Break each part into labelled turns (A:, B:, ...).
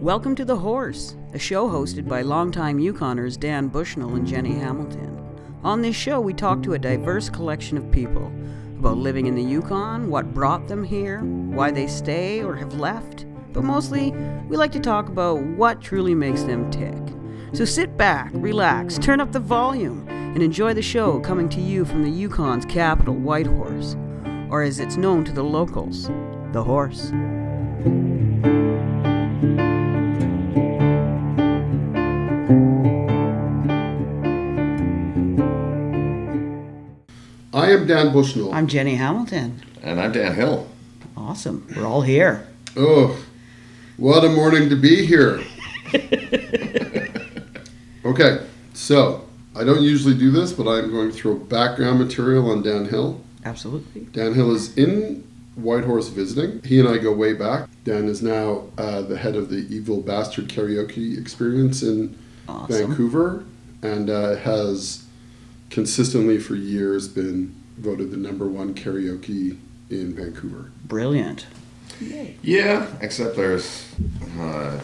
A: Welcome to The Horse, a show hosted by longtime Yukoners Dan Bushnell and Jenny Hamilton. On this show, we talk to a diverse collection of people about living in the Yukon, what brought them here, why they stay or have left, but mostly, we like to talk about what truly makes them tick. So sit back, relax, turn up the volume, and enjoy the show coming to you from the Yukon's capital, Whitehorse, or as it's known to the locals, the horse.
B: I am Dan Bushnell.
A: I'm Jenny Hamilton.
C: And I'm Dan Hill.
A: Awesome. We're all here.
B: oh, what a morning to be here. okay, so I don't usually do this, but I'm going to throw background material on Dan Hill.
A: Absolutely.
B: Dan Hill is in Whitehorse visiting. He and I go way back. Dan is now uh, the head of the Evil Bastard Karaoke Experience in
A: Awesome.
B: Vancouver and uh, has consistently for years been voted the number one karaoke in Vancouver.
A: Brilliant.
C: Yeah, except there's uh,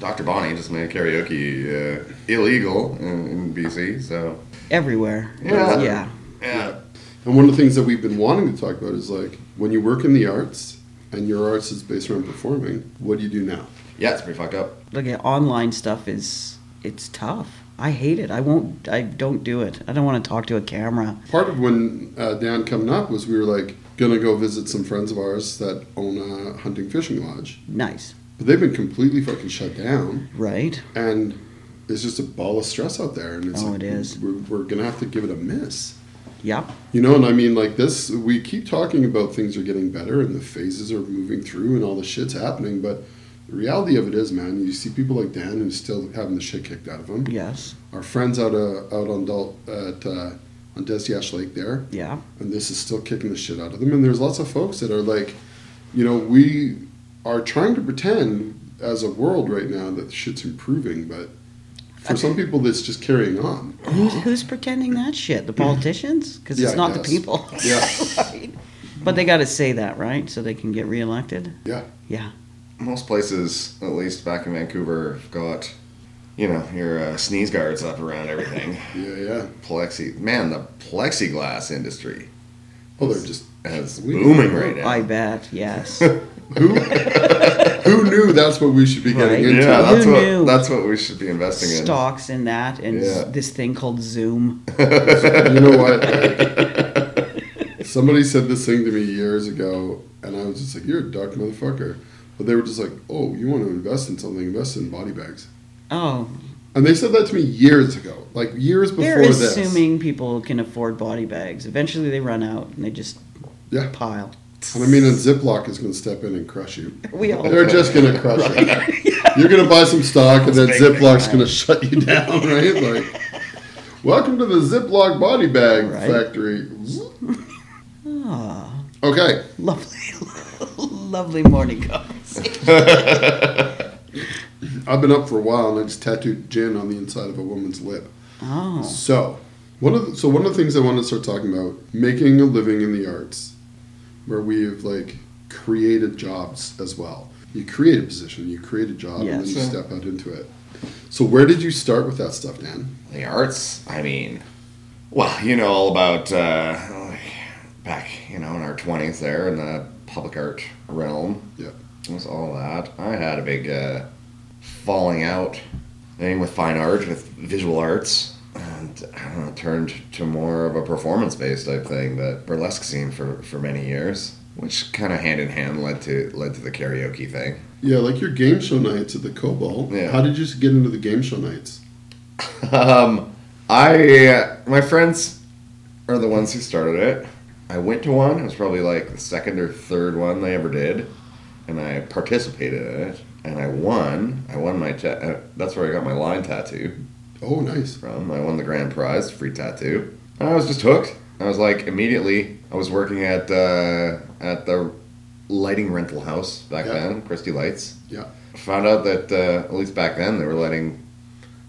C: Dr. Bonnie just made karaoke uh, illegal in, in BC. So
A: Everywhere.
C: Yeah.
A: Yeah.
C: yeah,
B: And one of the things that we've been wanting to talk about is like when you work in the arts and your arts is based around performing, what do you do now?
C: yeah, it's pretty fucked up.
A: Look at online stuff is it's tough. I hate it. I won't I don't do it. I don't want to talk to a camera.
B: Part of when uh, Dan coming up was we were like gonna go visit some friends of ours that own a hunting fishing lodge,
A: Nice.
B: but they've been completely fucking shut down,
A: Right?
B: and it's just a ball of stress out there. And it's
A: Oh,
B: like,
A: it is.
B: We're, we're gonna have to give it a miss.
A: Yep.
B: You know, and I mean, like this, we keep talking about things are getting better and the phases are moving through and all the shit's happening, but the reality of it is, man, you see people like Dan who's still having the shit kicked out of them.
A: Yes.
B: Our friends out uh, out on Dal- at uh, on Desiash Lake there,
A: Yeah.
B: and this is still kicking the shit out of them. And there's lots of folks that are like, you know, we are trying to pretend as a world right now that shit's improving, but for some people, that's just carrying on.
A: Who's who's pretending that shit? The politicians? Cuz
B: Yeah,
A: it's
B: I
A: not the
B: guess.
A: people.
B: Yeah.
A: right? But they got to say that, right? So they can get reelected.
B: Yeah.
A: Yeah.
C: Most places, at least back in Vancouver, have got you know your uh, sneeze guards up around everything.
B: Yeah, yeah.
C: Plexi, man, the plexiglass industry
B: Oh, they're just
C: is
B: We-
C: booming right now.
A: I bet. Yes.
B: Who, who knew that's what we should be getting
A: Right.
B: into?
C: yeah, that's
A: Who
C: what
A: knew?
C: that's what we should be investing
A: Stocks and that and
C: Yeah.
A: this thing called Zoom.
B: You know what? Somebody said this thing to me years ago, and I was just like, "You're a dark motherfucker." But they were just like, "Oh, you want to invest in something? Invest in body bags."
A: Oh,
B: And they said that to me years ago, like years before
A: They're
B: this.
A: assuming people can afford body bags. Eventually, they run out and they just
B: Yeah,
A: pile.
B: and I mean, and Ziploc is going to step in and crush you.
A: We all
B: They're just going to crush you. You're going to buy some stock, and then
C: Let's take
B: Ziploc's going to shut you down, right? Like, welcome to the Ziploc body bag
A: Right.
B: factory.
A: ah,
B: Okay,
A: lovely, lovely morning conversation.
B: I've been up for a while, and I just tattooed gin on the inside of a woman's lip.
A: Oh,
B: So one of the, so one of the things I want to start talking about making a living in the arts, where we've like created jobs as well. You create a position, you create a job, and then
A: Yes.
B: you step out into it. So where did you start with that stuff, Dan?
C: in. The arts, I mean, well, you know all about uh, back, you know, in our twenties there in the public art realm.
B: Yeah.
C: It was all that. I had a big uh, falling out thing with fine art, with visual arts, and I don't know, turned to more of a performance based type thing, but burlesque scene for, for many years, which kind of hand in hand led to led to the karaoke thing.
B: Yeah, like your game show nights at the Cobalt.
C: Yeah.
B: How did you get into the game show nights?
C: Um, I uh, my friends are the ones who started it. I went to one. It was probably like the second or third one they ever did, and I participated in it. And I won. I won my. Ta- uh, that's where I got my line tattoo
B: Oh, nice.
C: from. I won the grand prize, free tattoo. And I was just hooked. I was like immediately. I was working at uh, at the lighting rental house back
B: Yeah.
C: then, Christie Lights.
B: Yeah.
C: Found out that uh, at least back then they were letting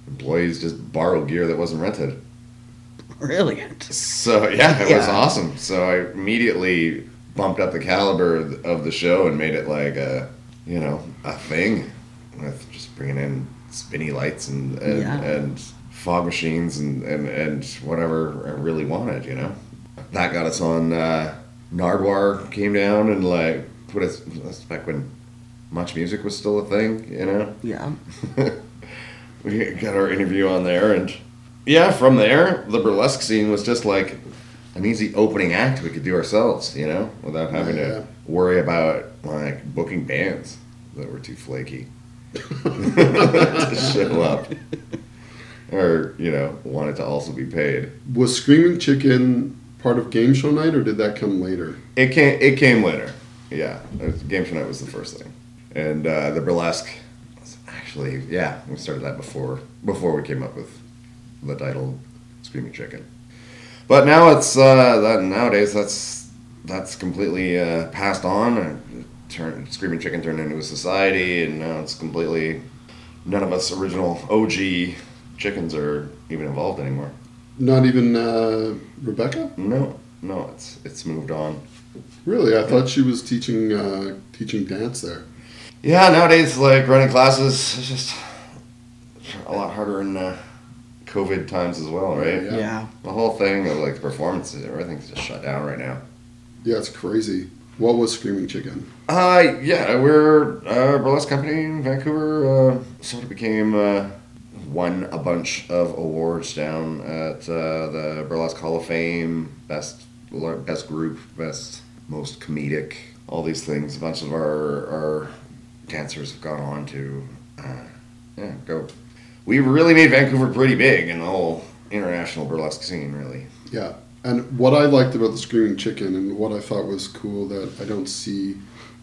C: employees just borrow gear that wasn't rented.
A: brilliant!
C: So yeah, it was
A: Yeah.
C: awesome. So I immediately bumped up the caliber of the show and made it like a you know a thing. with just bringing in spinny lights and and,
A: Yeah.
C: and fog machines and, and and whatever I really wanted. You know, that got us on. Uh, Nardwar came down and like put us. That's back when much music was still a thing. You know
A: Yeah.
C: we got our interview on there and yeah from there the burlesque scene was just like an easy opening act we could do ourselves you know without having
B: Yeah.
C: to worry about like booking bands that were too flaky to show up or you know wanted to also be paid
B: Was Screaming Chicken part of game show night, or did that come later?
C: It came. It came later. Yeah, it was- game show night was the first thing, and uh, the burlesque. Was actually, yeah, we started that before before we came up with the title, "Screaming Chicken." But now it's uh, that nowadays that's that's completely uh, passed on. and Turned "Screaming Chicken" turned into a society, and now it's completely none of us original OG chickens are even involved anymore.
B: Not even uh, Rebecca.
C: No, no, it's it's moved on.
B: Really, I thought she was teaching uh, teaching dance there.
C: Yeah, nowadays, like running classes is just a lot harder in uh, COVID times as well, right?
B: Yeah.
A: Yeah.
C: The whole thing of like performances, everything's just shut down right now.
B: Yeah, it's crazy. What was Screaming Chicken?
C: Uh, yeah, we're a burlesque company in Vancouver. Uh, sort of became, uh, won a bunch of awards down at uh, the Burlesque Hall of Fame, best lar- best group, best most comedic, all these things. A bunch of our our dancers have gone on to, uh, yeah, go. We really made Vancouver pretty big in the whole international burlesque scene, really.
B: Yeah. And what I liked about the Screaming Chicken and what I thought was cool that I don't see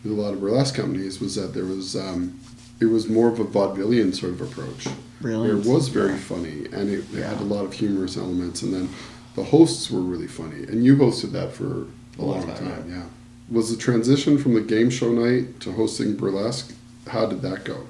B: with a lot of burlesque companies was that there was um, it was more of a vaudevillian sort of approach. Where
A: Brilliant.
B: it was very funny and it, it had a lot of humorous elements and then the hosts were really funny. And you hosted that for a, long time, yeah. Was the transition from the game show night to hosting burlesque, how did that go?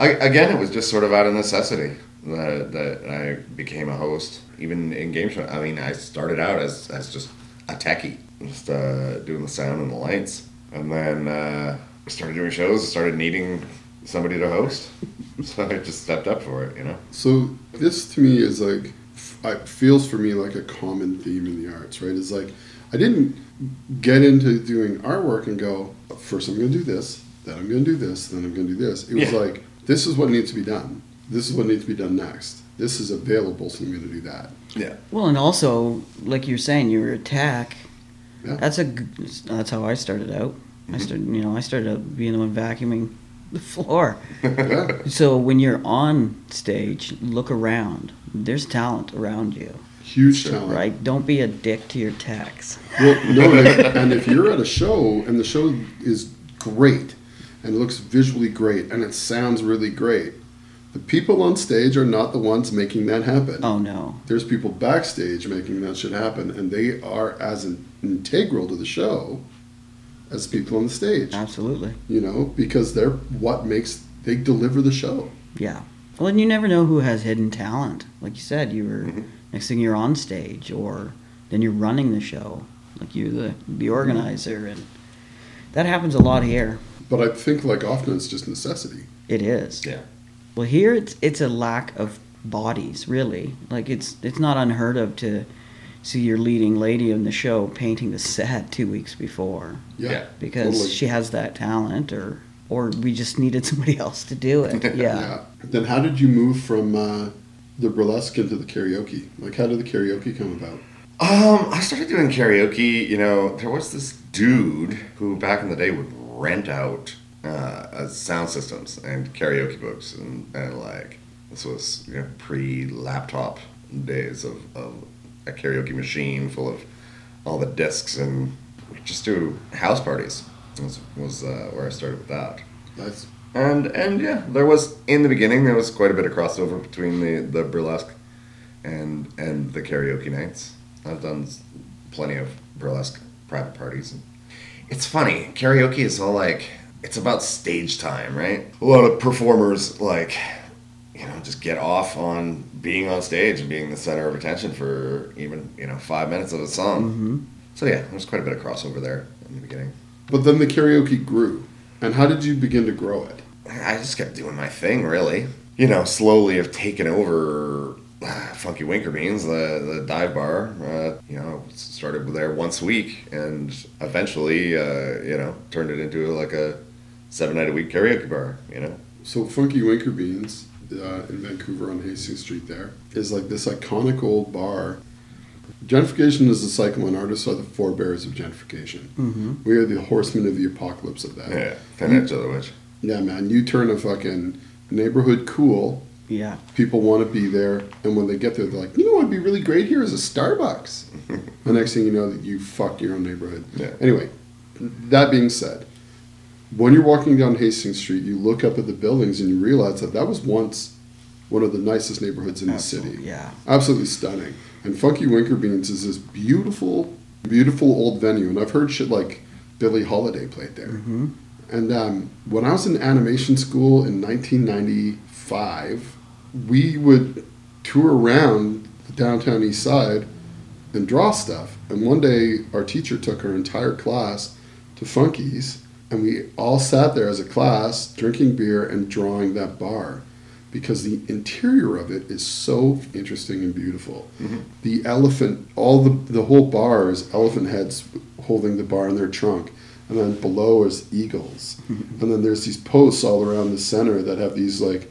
C: I, again, it was just sort of out of necessity that, that I became a host, even in game show. I mean, I started out as, as just a techie, just uh, doing the sound and the lights, and then uh, I started doing shows, started needing somebody to host, so I just stepped up for it, you know.
B: So this to me is like, f- I feels for me like a common theme in the arts, right? Is like, I didn't get into doing artwork and go, first I'm going to do this, then I'm going to do this, then I'm going to do this. It was
C: Yeah.
B: like, this is what needs to be done. This is what needs to be done next. This is available, so I'm going to do that.
A: Well, and also, like you're saying, you were attack.
B: Yeah. Mm-hmm.
A: That's a. g- That's how I started out. I started, you know, I started out being the one vacuuming the floor.
B: Yeah.
A: So when you're on stage, look around. There's talent around you,
B: Huge talent.
A: right? Don't be a dick to your techs.
B: Well, no, and if, and if you're at a show and the show is great and looks visually great and it sounds really great, the people on stage are not the ones making that happen.
A: Oh no.
B: There's people backstage making that shit happen, and they are as in- integral to the show as people on the stage.
A: Absolutely.
B: You know, because they're what makes they deliver the show.
A: Yeah. Well, and you never know who has hidden talent. Like you said, you were next thing you're on stage, or then you're running the show. Like you're the the organizer, and that happens a lot here.
B: But I think like often it's just necessity.
A: It is.
C: Yeah.
A: Well, here it's it's a lack of bodies, really. Like it's it's not unheard of to see your leading lady in the show painting the set two weeks before
B: Yeah.
C: Yeah.
A: because
B: Totally.
A: she has that talent, or or we just needed somebody else to do it.
B: Yeah.
A: Yeah.
B: Then how did you move from uh, the burlesque into the karaoke? Like, how did the karaoke come about?
C: Um, I started doing karaoke. You know, there was this dude who back in the day would rent out uh, uh, sound systems and karaoke books, and, and like this was you know, pre-laptop days of, of a karaoke machine full of all the discs, and we'd just do house parties. Was was uh, where I started with that.
B: That's
C: And and yeah, there was in the beginning there was quite a bit of crossover between the, the burlesque and and the karaoke nights. I've done s- plenty of burlesque private parties. And it's funny, karaoke is all like it's about stage time, right? A lot of performers like you know just get off on being on stage and being the center of attention for even you know five minutes of a song.
A: Mm-hmm.
C: So yeah, there's quite a bit of crossover there in the beginning.
B: But then the karaoke grew. And how did you begin to grow it?
C: I just kept doing my thing, really. You know, slowly have taken over ah, Funky Winker Beans, the, the dive bar. Uh, you know, started there once a week and eventually, uh, you know, turned it into like a seven night a week karaoke bar, you know?
B: So Funky Winker Beans uh, in Vancouver on Hastings Street there is like this iconic old bar. Gentrification is the cycle, and artists are the forebears of gentrification.
A: Mm-hmm.
B: We are the horsemen of the apocalypse of that.
C: Yeah, Finance of the Witch.
B: Yeah, man, you turn a fucking neighborhood cool.
A: Yeah.
B: People want to be there, and when they get there, they're like, you know what'd be really great here is a Starbucks. the next thing you know, that you fucked your own neighborhood.
C: Yeah.
B: Anyway, that being said, when you're walking down Hastings Street, you look up at the buildings and you realize that that was once one of the nicest neighborhoods in the
A: Absolutely,
B: city.
A: Yeah.
B: Absolutely stunning. And Funky Winker Beans is this beautiful, beautiful old venue, and I've heard shit like Billie Holiday played there.
A: Mm-hmm.
B: And um, when I was in animation school in 1995, we would tour around the downtown east side and draw stuff. And one day, our teacher took our entire class to Funky's, and we all sat there as a class drinking beer and drawing that bar because the interior of it is so interesting and beautiful.
C: Mhm.
B: The elephant, all the, the whole bar is elephant heads holding the bar in their trunk. And then below is eagles. and then there's these posts all around the center that have these like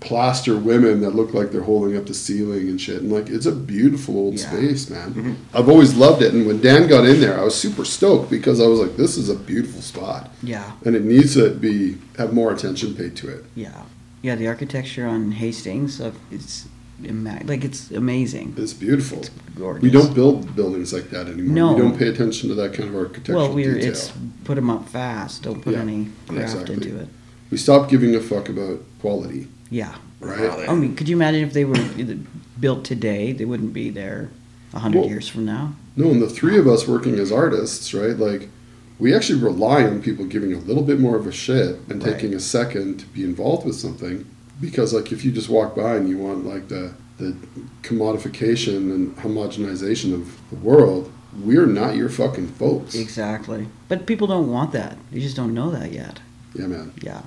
B: plaster women that look like they're holding up the ceiling and shit. And like it's a beautiful old
A: Yeah.
B: space, man. I've always loved it. And when Dan got in there, I was super stoked because I was like, this is a beautiful spot.
A: Yeah.
B: And it needs to be have more attention paid to it.
A: Yeah. Yeah. The architecture on Hastings uh, is ima- like it's amazing.
B: It's beautiful.
A: Gorgeous.
B: We don't build buildings like that anymore.
A: No.
B: We don't pay attention to that kind of architectural
A: Well, we're
B: detail.
A: it's put them up fast. Don't put
B: Yeah,
A: any craft
B: exactly.
A: into it.
B: We stopped giving a fuck about quality,
A: Yeah.
B: right? Um,
C: Wow, they-
A: I mean, could you imagine if they were built today? They wouldn't be there a hundred
B: Well-
A: years from now.
B: No, and the three of us working as artists, right? Like, we actually rely on people giving a little bit more of a shit and
A: Right.
B: taking a second to be involved with something. Because, like, if you just walk by and you want, like, the, the commodification and homogenization of the world, we're not your fucking folks.
A: Exactly. But people don't want that. They just don't know that yet.
B: Yeah, man.
A: Yeah.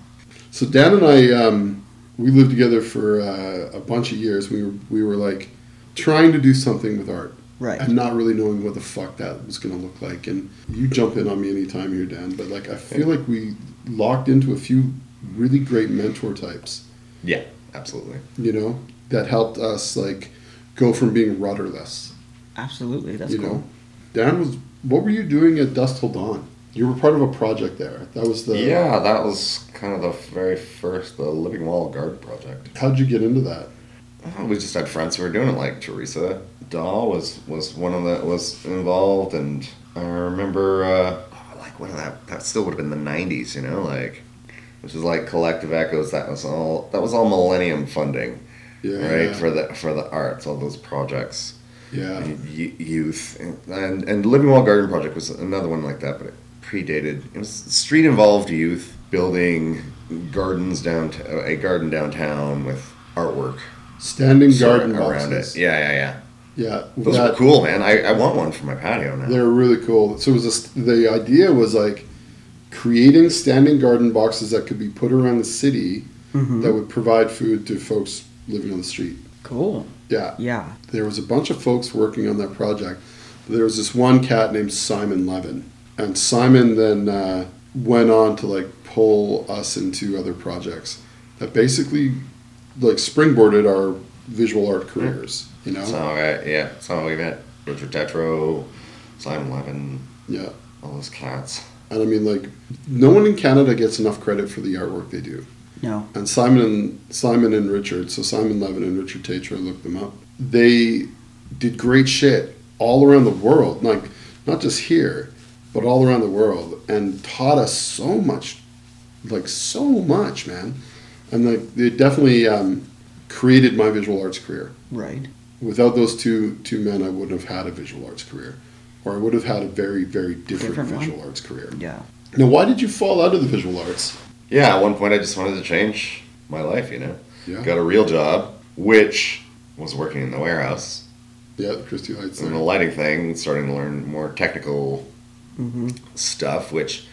B: So Dan and I, um, we lived together for uh, a bunch of years. We were we were like trying to do something with art
A: Right.
B: and not really knowing what the fuck that was going to look like. And you jump in on me anytime here, Dan. But like, I feel like we locked into a few really great mentor types.
C: Yeah, absolutely.
B: You know, that helped us like go from being rudderless.
A: Absolutely. That's
B: you
A: cool.
B: know, Dan was. What were you doing at Dust Till Dawn? You were part of a project there. That was the.
C: yeah, that was kind of the very first, the Living Wall Guard project.
B: How'd you get into that?
C: Oh, we just had friends who were doing it, like Teresa Dahl was was one of the was involved, and I remember uh, oh, like one of that that still would have been the '90s, you know, like which is like Collective Echoes. That was all that was all Millennium funding, right for the for the arts, all those projects,
B: yeah.
C: and y- youth, and, and and Living Wall Garden Project was another one like that, but it predated. It was street involved youth building gardens downtown, a garden downtown with artwork
B: Standing
C: sort
B: garden
C: of around
B: boxes.
C: it. Yeah, yeah, yeah.
B: Yeah,
C: Those
B: that-
C: are cool, man. I, I want one for my patio now.
B: they're really cool. So it was just, the idea was like creating standing garden boxes that could be put around the city
C: Mm-hmm.
A: Mhm.
B: that would provide food to folks living on the street.
A: Cool.
B: Yeah,
A: Yeah.
B: there was a bunch of folks working on that project. There was this one cat named Simon Levin, and Simon then uh, went on to like pull us into other projects that basically like springboarded our visual art careers. You know,
C: Mm-hmm. That's how I, yeah, that's how we met. Richard Tetro, Simon Levin,
B: yeah.
C: all those cats.
B: And I mean, like, no one in Canada gets enough credit for the artwork they do.
A: No.
B: And Simon and Simon and Richard, so Simon Levin and Richard Tatra, I looked them up. They did great shit all around the world, like not just here, but all around the world, and taught us so much, like so much, man. And like they definitely um, created my visual arts career.
A: Right.
B: Without those two two men, I wouldn't have had a visual arts career, or I would have had a very very different,
A: Different one.
B: visual arts career.
A: Yeah.
B: Now, why did you fall out of the visual arts?
C: Yeah, at one point I just wanted to change my life, you know.
B: Yeah.
C: Got a real job, which was working in the warehouse,
B: Yeah, the Christie Heights.
A: Mm-hmm.
C: doing the lighting thing, starting to learn more technical
A: Mm-hmm.
C: stuff, which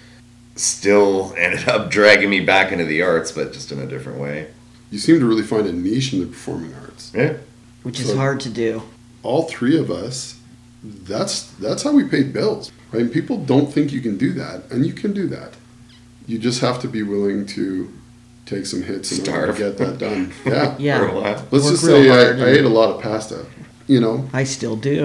C: still ended up dragging me back into the arts, but just in a different way.
B: You seem to really find a niche in the performing arts.
C: Yeah.
A: which is
B: So-
A: hard to do.
B: All three of us, that's that's how we pay bills. I mean, people don't think you can do that, and you can do that. You just have to be willing to take some hits in order to
C: Starve.
B: get that done. Yeah.
C: For
A: Yeah,
C: a while.
B: Let's
A: Work
B: just
A: real
B: say I,
A: hard
B: I
A: and-
B: ate a lot of pasta. You know,
A: I still do.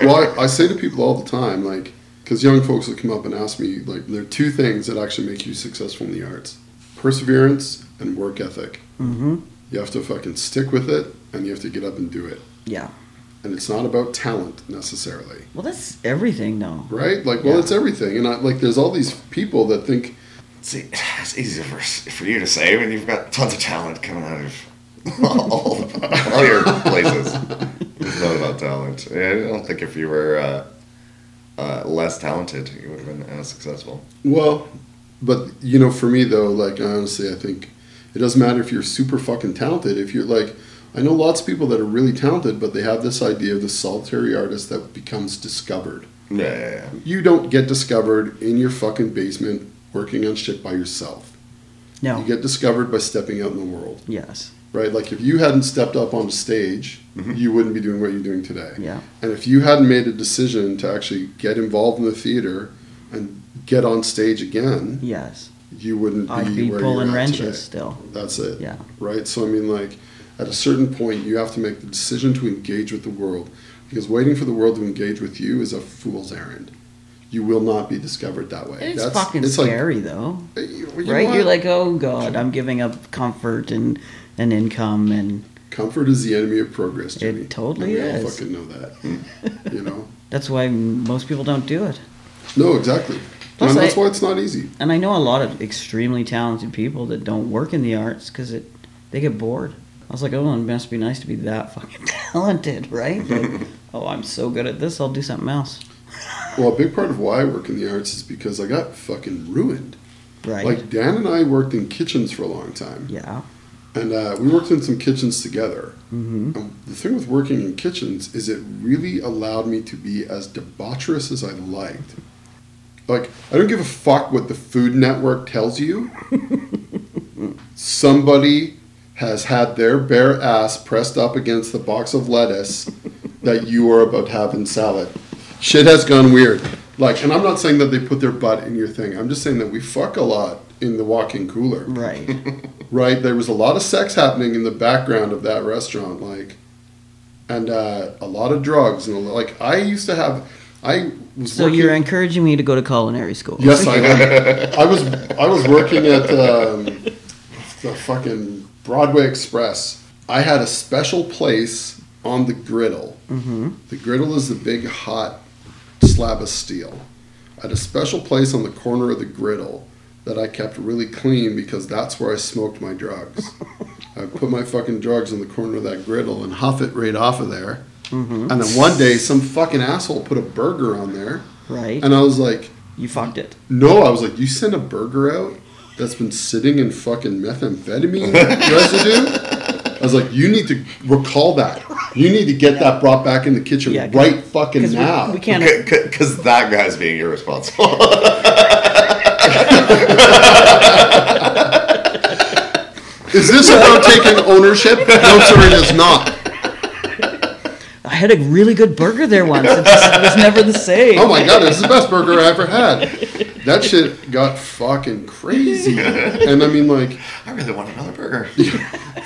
B: well, I, I say to people all the time, like, because young folks will come up and ask me, like, there are two things that actually make you successful in the arts perseverance and work ethic.
A: hmm
B: You have to fucking stick with it and you have to get up and do it.
A: Yeah.
B: And it's not about talent necessarily,
A: Well, that's everything, though.
B: right? Like, well,
A: Yeah.
B: it's everything. And I, like, there's all these people that think,
C: See, it's easier for, for you to say when you've got tons of talent coming out of all, all your places. It's not about talent. Yeah, I don't think if you were uh, uh, less talented, you would have been as successful.
B: well, but, you know, for me though, like, honestly, I think it doesn't matter if you're super fucking talented. If you're like, I know lots of people that are really talented, but they have this idea of the solitary artist that becomes discovered.
C: Yeah, yeah, yeah.
B: You don't get discovered in your fucking basement working on shit by yourself. You
A: No.
B: get discovered by stepping out in the world,
A: Yes.
B: right? Like if you hadn't stepped up on stage, you wouldn't be doing what you're doing today.
A: Yeah.
B: And if you hadn't made a decision to actually get involved in the theater and get on stage again,
A: Yes.
B: you wouldn't be,
A: I'd be
B: where
A: pulling
B: you're at
A: wrenches
B: today.
A: still.
B: That's it.
A: Yeah.
B: Right? So I mean like at a certain point you have to make the decision to engage with the world because waiting for the world to engage with you is a fool's errand. You will not be discovered that way.
A: It's fucking
B: like,
A: scary, though.
B: eh, you- you
A: right?
B: know
A: You're
B: what?
A: like, oh god, I'm giving up comfort and and income and
B: comfort is the enemy of progress.
A: It
B: Jimmy.
A: totally
B: and We all
A: is.
B: fucking know that. you know?
A: that's why most people don't do it.
B: No, exactly.
A: Plus
B: and that's
A: I-
B: why it's not easy.
A: And I know a lot of extremely talented people that don't work in the arts because it they get bored. I was like, oh, it must be nice to be that fucking talented, right? Like, oh, I'm so good at this, I'll do something else,
B: Well, a big part of why I work in the arts is because I got fucking ruined.
A: right?
B: Like Dan and I worked in kitchens for a long time.
A: yeah,
B: And uh, we worked in some kitchens together.
A: hmm
B: Um, The thing with working in kitchens is it really allowed me to be as debaucherous as I liked. Like, I don't give a fuck what the Food Network tells you. Somebody has had their bare ass pressed up against the box of lettuce that you are about to have in salad. Shit has gone weird. Like, and I'm not saying that they put their butt in your thing. I'm just saying that we fuck a lot in the walk-in cooler
A: right.
B: right? There was a lot of sex happening in the background of that restaurant, like, and uh, a lot of drugs and a lo- like I used to have. I was
A: so
B: working.
A: you're encouraging me to go to culinary school?
B: yes, I am. I was I was working at um, the fucking Broadway Express. I had a special place on the griddle.
A: hmm
B: The griddle is the big hot slab of steel. I had a special place on the corner of the griddle that I kept really clean because that's where I smoked my drugs. I would put my fucking drugs in the corner of that griddle and huff it right off of there.
A: hmm
B: And then one day, some fucking asshole put a burger on there,
A: Right.
B: and I was like,
A: you fucked it.
B: "No!" I was like, "You sent a burger out that's been sitting in fucking methamphetamine residue." I was like, "You need to recall that. You need to get that brought back in the kitchen
A: Yeah, 'cause-
B: right fucking
A: Because
B: now."
A: we, we can't.
C: Because that guy's being irresponsible.
B: Is this about taking ownership? No, sir, it is not.
A: I had a really good burger there once. It, just, it was never the same.
B: Oh my god, it's the best burger I ever had. That shit got fucking crazy. And I mean, like,
C: I really want another burger.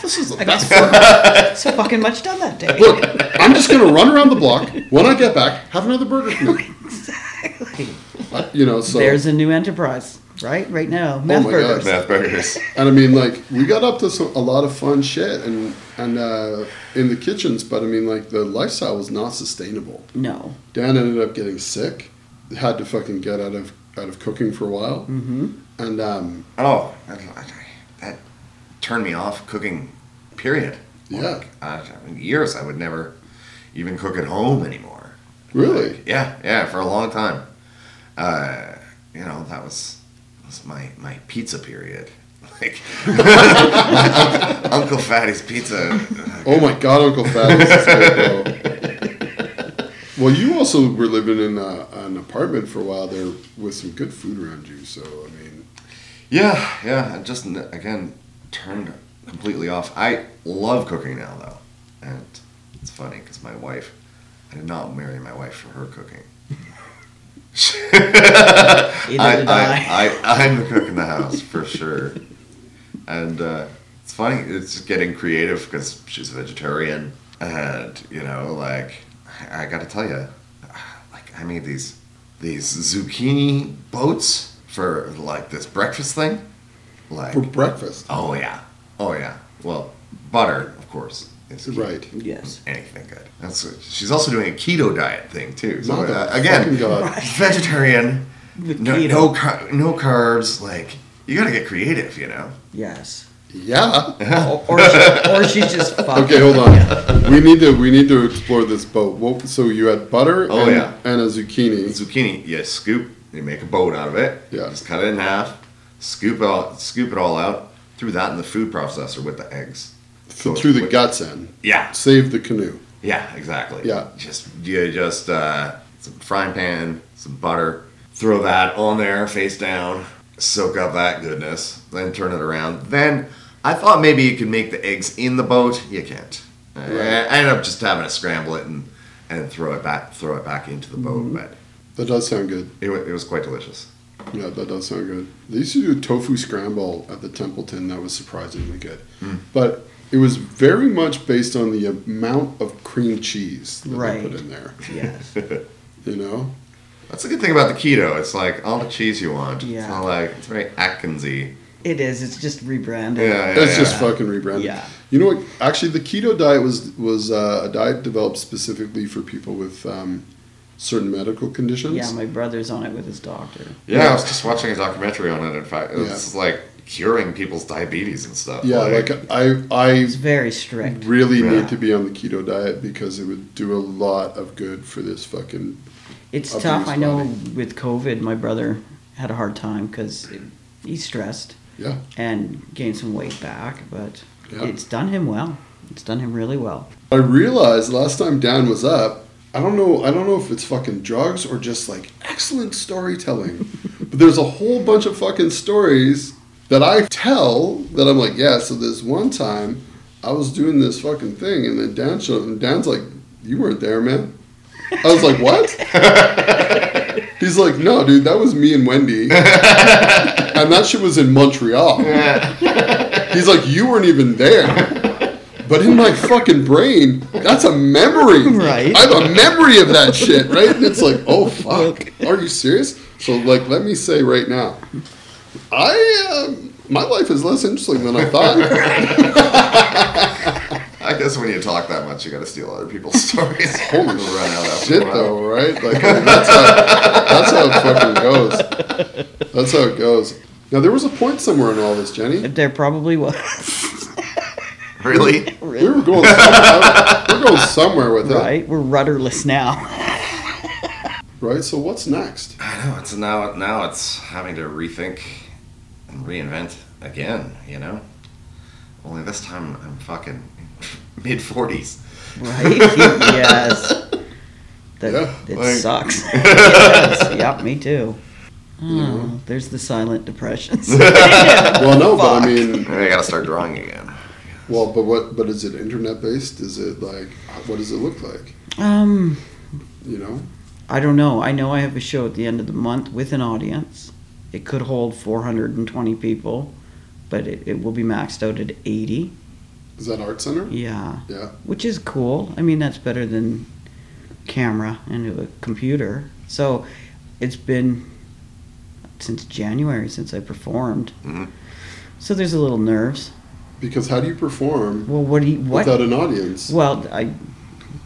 B: this is the
A: I got
B: best
A: so,
B: burger.
A: so fucking much done that day.
B: Look, I'm just gonna run around the block. When I get back, have another burger for me. Uh, You know, so Oh
A: There's a new enterprise, right? Right now, meth
B: my
A: burgers.
C: Math burgers.
B: and I mean, like, we got up to some, a lot of fun shit and and uh, in the kitchens, but I mean, like, the lifestyle was not sustainable.
A: No.
B: Dan ended up getting sick, had to fucking get out of out of cooking for a while,
A: Mm-hmm.
B: and um,
C: Oh, I- I- that turned me off cooking. Period.
B: Yeah.
C: Like, I, in years I would never even cook at home anymore.
B: really,
C: Yeah, yeah, for a long time. Uh, you know, that was that was my my pizza period. Like Uncle Fatty's pizza. uh,
B: oh my god, Uncle Fatty, is great, bro. Well, uh, you also were living in a, an apartment for a while there with some good food around you, so I mean,
C: Yeah, yeah. I just n- again turned completely off. I love cooking now though, and it's funny because my wife. I did not marry my wife for her cooking. I,
A: did
C: I, I, am the cook in the house for sure, and uh, it's funny. It's just getting creative because she's a vegetarian, and you know, like I, I got to tell you, like I made these these zucchini boats for like this breakfast thing. Like
B: for breakfast.
C: oh yeah, oh yeah. Well, butter of course is key.
B: Right.
A: Yes.
C: Anything good. That's she's also doing a keto diet thing too. So
B: Mother
C: uh, again,
B: fucking God.
C: vegetarian,
A: With
C: no
A: keto.
C: no, car- no carbs. Like you got to get creative, you know.
A: Yes.
B: Yeah.
A: Or, or, she, or she's just fucking.
B: Okay, hold on. we need to we need to explore this boat. What, so you had butter
C: Oh,
B: and,
C: yeah.
B: and a zucchini.
C: zucchini, you scoop, you make a boat out of it.
B: Yeah.
C: Just cut it in half, scoop it all, scoop it all out, threw that in the food processor with the eggs. So
B: through the
C: with-
B: guts in.
C: Yeah,
B: Save the canoe.
C: yeah, exactly.
B: Yeah.
C: Just you just uh, some frying pan, some butter, throw that on there face down, soak up that goodness, then turn it around. Then I thought maybe you could make the eggs in the boat. You can't. I- I ended up just having to scramble it and, and throw it back throw it back into the boat,
B: Mm-hmm.
C: but
B: That does sound good.
C: it, wa- it was quite delicious.
B: Yeah, that does sound good. They used to do a tofu scramble at the Templeton that was surprisingly good.
C: Hmm.
B: But it was very much based on the amount of cream cheese that
A: Right.
B: they put in there.
A: Yes.
B: You know?
C: That's the good thing about the keto. It's like all the cheese you want.
A: Yeah.
C: It's not like it's very Atkinsy.
A: It is. It's just rebranded.
C: Yeah, yeah,
B: That's
C: yeah.
B: just fucking rebranded.
A: Yeah.
B: You know what? Actually, the keto diet was was uh, a diet developed specifically for people with um, certain medical conditions.
A: Yeah, my brother's on it with his doctor.
C: Yeah, I was just watching a documentary on it. In fact, it's like curing people's diabetes and stuff.
B: yeah, like I I
A: It's very strict.
B: really
C: Yeah.
B: need to be on the keto diet because it would do a lot of good for this fucking
A: It's
B: Up to
A: tough.
B: his
A: I know
B: body.
A: with COVID, my brother had a hard time because he's stressed
B: yeah.
A: and gained some weight back, but
B: Yeah.
A: it's done him well. It's done him really well.
B: I realized last time Down was up. I don't know. I don't know if it's fucking drugs or just like excellent storytelling. but there's a whole bunch of fucking stories that I tell that I'm like, yeah. So this one time, I was doing this fucking thing, and then Down showed, up, and Down's like, you weren't there, man. I was like, what? He's like, no, dude, that was me and Wendy, and that shit was in Montreal. He's like, you weren't even there. But in my fucking brain, that's a memory.
A: Right.
B: I have a memory of that shit, right? And it's like, oh fuck, are you serious? So like, let me say right now, I um my life is less interesting than I thought.
C: I guess when you talk that much, you got to steal other people's stories.
B: Holy
C: Run out after
B: Shit
C: a while.
B: though, right? Like I mean, that's how that's how it fucking goes. That's how it goes. Now there was a point somewhere in all this, Jenny.
A: There probably was.
C: Really?
B: We were going somewhere, we we're going somewhere with it,
A: right? We're rudderless now.
B: right? So what's next?
C: I know. It's now. Now it's having to rethink and reinvent again. You know. Only this time I'm fucking mid forties.
A: Right? yes. That,
B: Yeah,
A: it
C: like-
A: sucks. yes. Yep, me too. Oh, there's the silent depressions.
B: Well, no, but I mean,
C: I got to start drawing again.
B: Well, but what? But is it internet based? Is it like what does it look like?
A: um,
B: You know,
A: I don't know. I know I have a show at the end of the month with an audience. It could hold 420 people, but it, it will be maxed out at 80.
B: is that art center?
A: Yeah.
B: Yeah.
A: Which is cool. I mean, that's better than camera and a computer. So it's been since January since I performed.
B: Mm-hmm.
C: Mhm.
A: So there's a little nerves.
B: Because how do you perform
A: Well, what do you, what?
B: without an audience?
A: Well, I,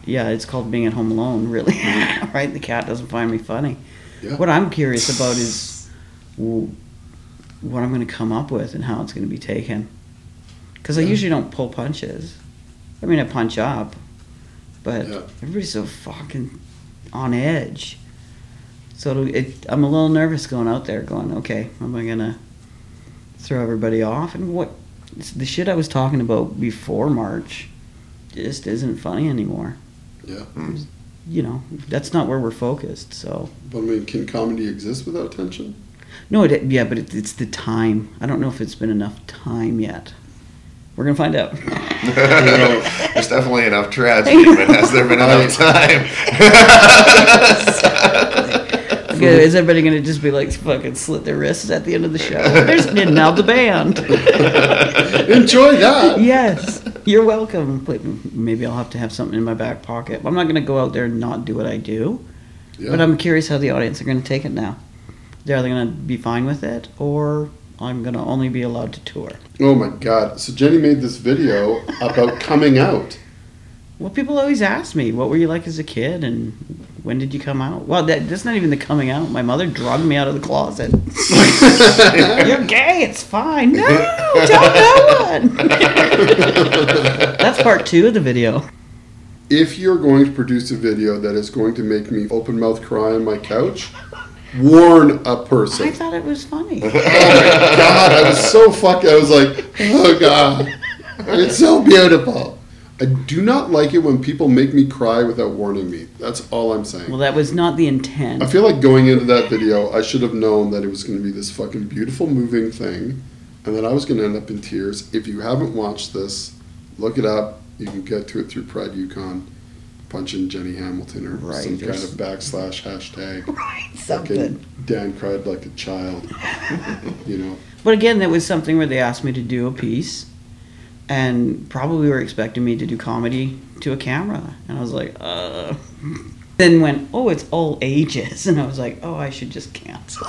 A: yeah, it's called being at home alone, really. right? The cat doesn't find me funny.
B: Mm-hmm. Yeah.
A: What I'm curious about is w- what I'm going to come up with and how it's going to be taken. Because I
B: Yeah.
A: usually don't pull punches. I mean, I punch up, but
B: Yeah.
A: everybody's so fucking on edge. So it'll- it, I'm a little nervous going out there, going, okay, am I going to throw everybody off? And what the shit I was talking about before March just isn't funny anymore.
B: Yeah.
C: Hmm.
A: You know, that's not where we're focused. So
B: But I mean, can comedy exist without tension?
A: No, it, yeah, but it, it's the time. I don't know if it's been enough time yet. We're gonna find out.
C: There's definitely enough tragedy, but has there been enough time?
A: Okay, is everybody gonna just be like fucking slit their wrists at the end of the show? There's now the band.
B: Enjoy that.
A: yes, you're welcome. But maybe I'll have to have something in my back pocket. I'm not gonna go out there and not do what I do.
B: Yeah.
A: But I'm curious how the audience are going to take it now. They're either going to be fine with it, or I'm going to only be allowed to tour.
B: oh my god! So Jenny made this video about coming out.
A: Well, people always ask me, "What were you like as a kid?" and "When did you come out?" Well, that, that's not even the coming out. My mother drugged me out of the closet. You're gay. It's fine. No, tell no one. that's part two of the video.
B: If you're going to produce a video that is going to make me open mouth cry on my couch, warn a person.
A: I thought it was funny.
B: Oh God, I was so fucking. I was like, oh god, it's so beautiful. I do not like it when people make me cry without warning me. That's all I'm saying.
A: Well, that was not the intent.
B: I feel like going into that video, I should have known that it was going to be this fucking beautiful, moving thing, and that I was going to end up in tears. If you haven't watched this, look it up. You can get to it through Pride Yukon, punch in Jenny Hamilton or
A: Right,
B: some kind
A: there's-
B: of backslash hashtag.
A: Right, something.
B: Fucking Dan cried like a child. you know,
A: But again, that was something where they asked me to do a piece, and probably were expecting me to do comedy to a camera, and I was like, uh. Then went, oh, it's all ages, and I was like, oh, I should just cancel,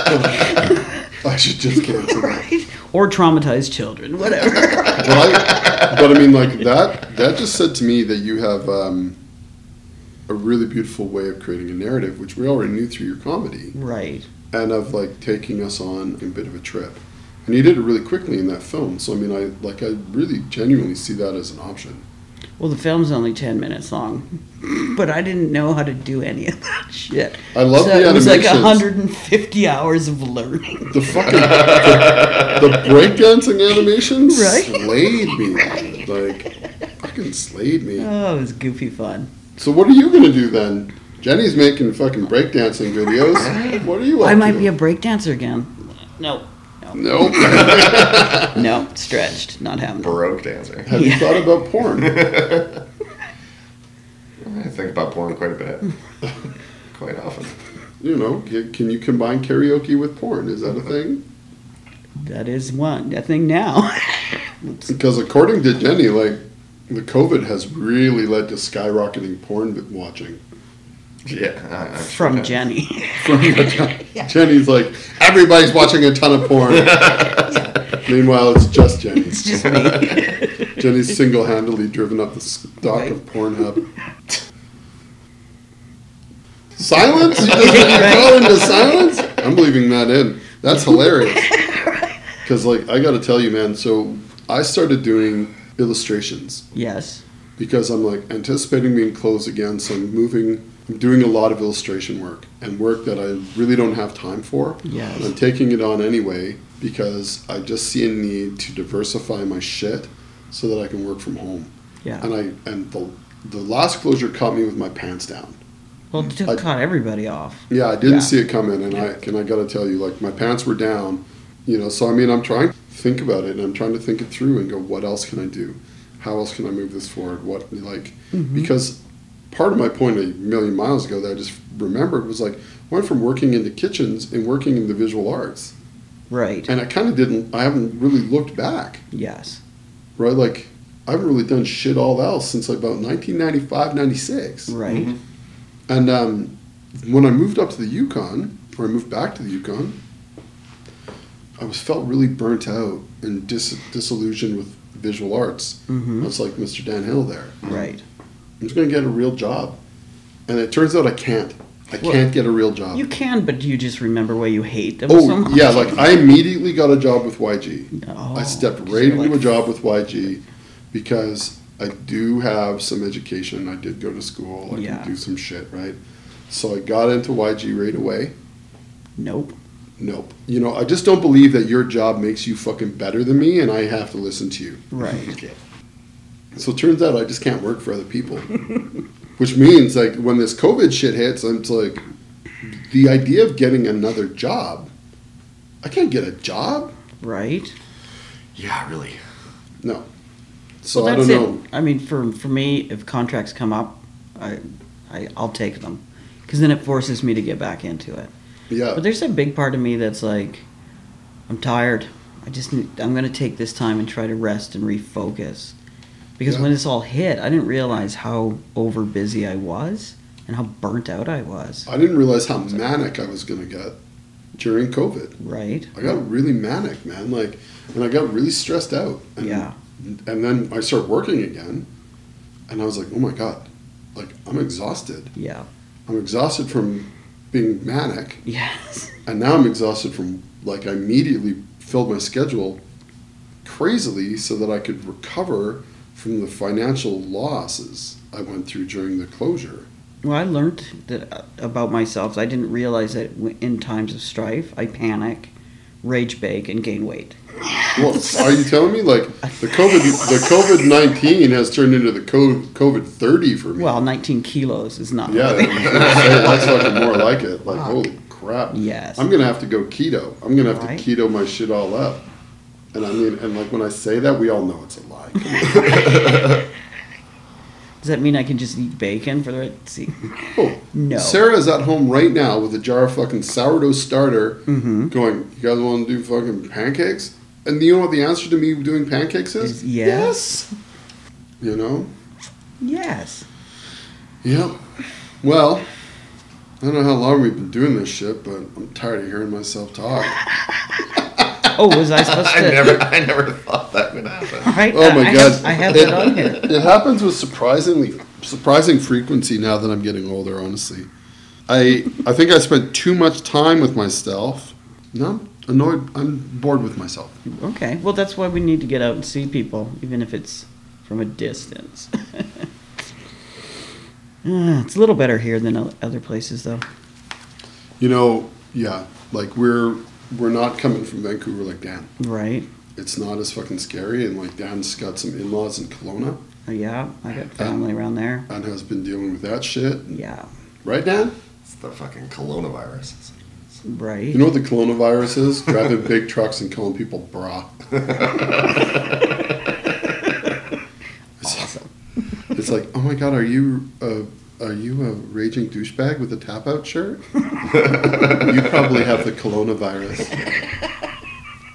B: I should just cancel that.
A: right? Or traumatize children, whatever.
B: But I, but I mean, like that. That just said to me that you have um, a really beautiful way of creating a narrative, which we already knew through your comedy.
A: right.
B: and of like taking us on a bit of a trip. And he did it really quickly in that film. So I mean, I like I really genuinely see that as an option.
A: Well, the film's only ten minutes long, but I didn't know how to do any of that shit.
B: I love
A: so
B: the
A: it was like
B: animations.
A: 150 hours of learning.
B: The fucking the, the breakdancing animations
A: Right.
B: slayed me, man. like fucking slayed me.
A: Oh, it was goofy fun.
B: So what are you gonna do then? Jenny's making fucking breakdancing videos. What are you? Up
A: I might
B: to?
A: be a breakdancer again. No,
B: nope.
A: no, stretched, not happening.
C: Baroque dancer.
B: Have you
A: Yeah.
B: thought about porn?
C: I think about porn quite a bit. quite often.
B: You know, ca- can you combine karaoke with porn? Is that a thing?
A: That is one a thing now.
B: Because according to Jenny, like the COVID has really led to skyrocketing porn vi- watching.
C: Yeah. I, I'm sure
A: From
C: that-
A: Jenny.
B: Jenny's like everybody's watching a ton of porn. Meanwhile, it's just Jenny.
A: It's just me.
B: Jenny's single-handedly driven up the stock of
A: Right.
B: Pornhub. silence? You just go into silence? I'm leaving that in. That's hilarious. Because like I got to tell you, man. So I started doing illustrations.
A: yes.
B: because I'm like anticipating being closed again. So I'm moving. I'm doing a lot of illustration work and work that I really don't have time for.
A: Yes.
B: And I'm taking it on anyway because I just see a need to diversify my shit so that I can work from home.
A: Yeah.
B: And I and the the last closure caught me with my pants down.
A: Well, it took,
B: I-
A: caught everybody off.
B: Yeah, I didn't
A: Yeah.
B: see it coming, and I and I got to tell you, like my pants were down, you know. So I mean, I'm trying to think about it, and I'm trying to think it through, and go, what else can I do? How else can I move this forward? What like Mm-hmm. because part of my point a million miles ago that I just remembered was like I went from working in the kitchens and working in the visual arts,
A: Right.
B: and I kind of didn't. I haven't really looked back,
A: Yes.
B: right? Like I haven't really done shit all else since like about 1995, 96.
A: Right.
B: Mm-hmm. And um, when I moved up to the Yukon, or I moved back to the Yukon, I was felt really burnt out and dis- disillusioned with visual arts. I
A: hmm
B: was like Mr. Dan Hill there.
A: Right.
B: I'm just going to get a real job. And it turns out I can't. I
A: Well,
B: can't get a real job.
A: You can, but do you just remember why you hate them so
B: Uh-huh. oh,
A: much?
B: yeah. Like, I immediately got a job with YG.
A: Oh,
B: I stepped
A: 'cause
B: right
A: you're
B: into
A: like,
B: a job with YG because I do have some education. I did go to school. I
A: Yeah.
B: can do some shit, right? So I got into YG right away.
A: Nope.
B: Nope. You know, I just don't believe that your job makes you fucking better than me and I have to listen to you.
A: Right.
B: So it turns out I just can't work for other people. Which means like when this COVID shit hits, I'm just like the idea of getting another job. I can't get a job.
A: right?
C: Yeah, really.
B: No. So
A: Well,
B: I don't
A: that's
B: know.
A: It. I mean, for for me, if contracts come up, I, I I'll take them because then it forces me to get back into it.
B: Yeah.
A: But there's a big part of me that's like, I'm tired. I just need, I'm gonna take this time and try to rest and refocus, because
B: Yeah.
A: when this all hit, I didn't realize how over busy I was and how burnt out I was.
B: I didn't realize how manic I was going to get during COVID.
A: Right?
B: I got really manic, man. Like, and I got really stressed out. And,
A: Yeah.
B: And then I started working again, and I was like, oh my god, like I'm exhausted.
A: Yeah.
B: I'm exhausted from being manic,
A: Yes.
B: and now I'm exhausted from like I immediately filled my schedule crazily so that I could recover from the financial losses I went through during the closure.
A: Well, I learned that uh, about myself. I didn't realize that w- in times of strife, I panic, rage bake, and gain weight.
B: Well, are you telling me like the COVID the COVID nineteen has turned into the COVID thirty for me?
A: Well, 19 kilos is not.
B: Yeah, that- that's fucking more like it. Like,
A: Fuck.
B: holy crap!
A: Yes.
B: I'm gonna have to go keto. I'm gonna have
A: Right.
B: to keto my shit all up. And I mean, and like when I say that, we all know it's a lie. Come on.
A: Does that mean I can just eat bacon for the rest? See,
B: Oh,
A: No.
B: Sarah's at home right now with a jar of fucking sourdough starter,
A: Mm-hmm.
B: going, "You guys want to do fucking pancakes?" And you know what the answer to me doing pancakes
A: Is
B: is?
A: yes.
B: You know.
A: yes.
B: Yep. Well, I don't know how long we've been doing this shit, but I'm tired of hearing myself talk.
A: Oh, was I supposed to?
C: I never, I never thought that would happen.
A: Right?
B: Oh my
A: I
B: God.
A: Have, I have that on here.
B: It happens with surprisingly surprising frequency now that I'm getting older, honestly. I I think I spent too much time with myself. No, I'm annoyed I'm bored with myself.
A: Okay. Well, that's why we need to get out and see people, even if it's from a distance. Uh, it's a little better here than o- other places, though.
B: You know, yeah, like we're we're not coming from Vancouver like Dan.
A: Right?
B: It's not as fucking scary and like Dan's got some in-laws in Kelowna
A: Uh, Yeah, I got family around there.
B: and has been dealing with that shit.
A: Yeah,
B: Right, Dan?
C: It's the fucking coronavirus. It's-
A: right.
B: You know what the coronavirus is? Driving big trucks and calling people bra.
A: awesome.
B: It's like, oh my god, are you a, are you a raging douchebag with a tap out shirt? you probably have the coronavirus,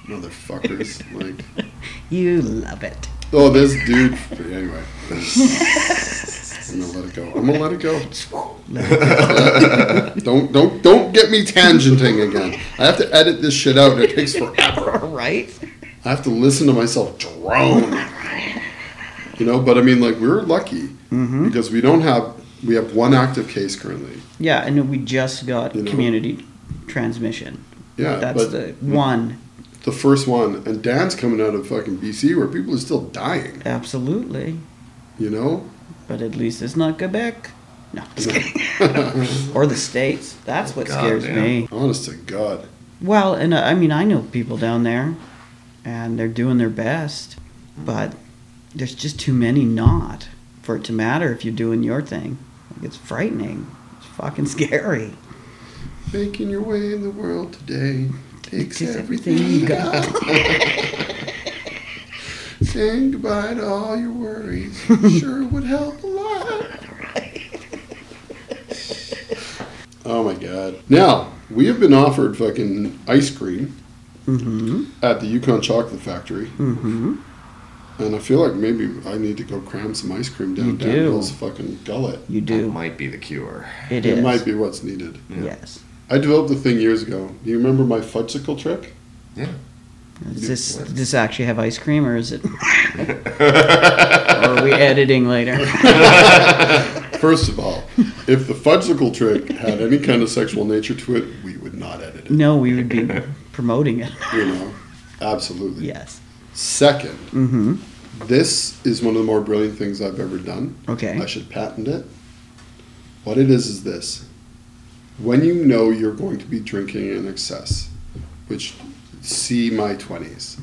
B: motherfuckers. Like,
A: You love it.
B: oh, this dude. But anyway, I'm gonna let it go. I'm gonna let it go. Don't don't don't get me tangenting again. I have to edit this shit out. It takes forever.
A: right?
B: I have to listen to myself drone. You know, but I mean, like we're lucky because we don't have we have one active case currently.
A: Yeah, and we just got
B: You know?
A: community transmission.
B: Yeah,
A: That's
B: but
A: the one.
B: the first one, and Dan's coming out of fucking BC where people are still dying.
A: Absolutely.
B: You know,
A: But at least it's not Quebec. No, just kidding. or the States. That's what
C: God
A: scares
C: damn.
A: me.
B: honest to God,
A: Well, and uh, I mean, I know people down there, and they're doing their best, but there's just too many not for it to matter if you're doing your thing. Like, it's frightening. It's fucking scary.
B: making your way in the world today takes
A: Takes
B: everything,
A: everything
B: you
A: you
B: got. Saying goodbye to all your worries sure would help a lot. Oh my God! Now we have been offered fucking ice cream
A: Mm-hmm.
B: at the Yukon Chocolate Factory.
A: Mm-hmm.
B: And I feel like maybe I need to go cram some ice cream
A: You
B: down
A: do.
B: Danville's fucking gullet.
A: You
C: That
A: do.
C: might be the cure.
A: It
B: It
A: is.
B: might be what's needed.
A: Yes.
B: I developed a thing years ago. Do you remember my fudgesicle trick?
C: Yeah.
A: Does this, does this actually have ice cream, or is it? or are we editing later?
B: First of all, if the fudgesicle trick had any kind of sexual nature to it, we would not edit it.
A: No, we would be promoting it.
B: You know? Absolutely.
A: Yes.
B: 2nd
A: Mm-hmm.
B: this is one of the more brilliant things I've ever done.
A: Okay.
B: I should patent it. What it is is this. When you know you're going to be drinking in excess, which see my 20s,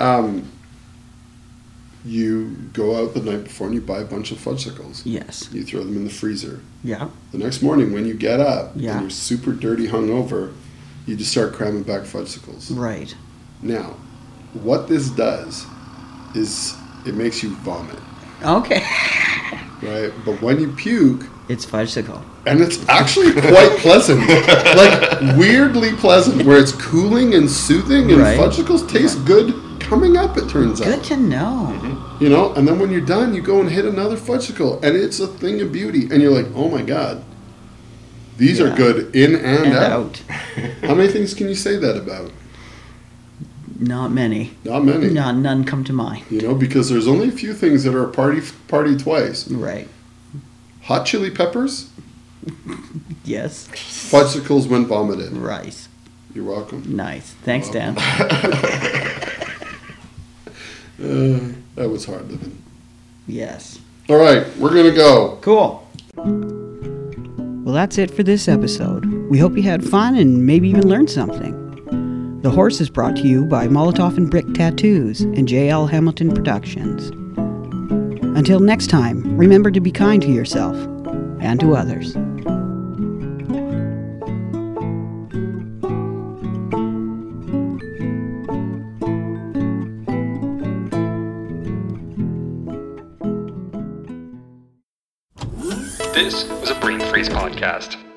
B: um, you go out the night before and you buy a bunch of fudgesicles.
A: Yes.
B: You throw them in the freezer.
A: Yeah.
B: The next morning, when you get up
A: Yeah.
B: and you're super dirty hungover, you just start cramming back fudgesicles.
A: Right.
B: Now, what this does is it makes you vomit,
A: Okay.
B: right? But when you puke,
A: It's fudgesicle.
B: and it's actually quite pleasant, like weirdly pleasant, where it's cooling and soothing, and
A: Right.
B: fudgesicles taste good coming up. It turns
A: Good
B: out,
A: to know.
B: you know. And then when you're done, you go and hit another fudgesicle, and it's a thing of beauty. And you're like, oh my god, these
A: Yeah.
B: are good in and,
A: And
B: out.
A: out.
B: How many things can you say that about?
A: Not many.
B: Not many.
A: Not, none come to mind.
B: You know, because there's only a few things that are a party party twice.
A: Right.
B: Hot chili peppers,
A: Yes.
B: fudgesicles when vomited.
A: Rice.
B: You're welcome.
A: Nice. Thanks, Dan.
B: Uh, that was hard living.
A: Yes.
B: All right, we're gonna go.
A: Cool. Well, that's it for this episode. We hope you had fun and maybe even learned something. The Horse is brought to you by Molotov and Brick Tattoos and JL Hamilton Productions. Until next time, remember to be kind to yourself and to others.
D: This was a Brain Freeze podcast.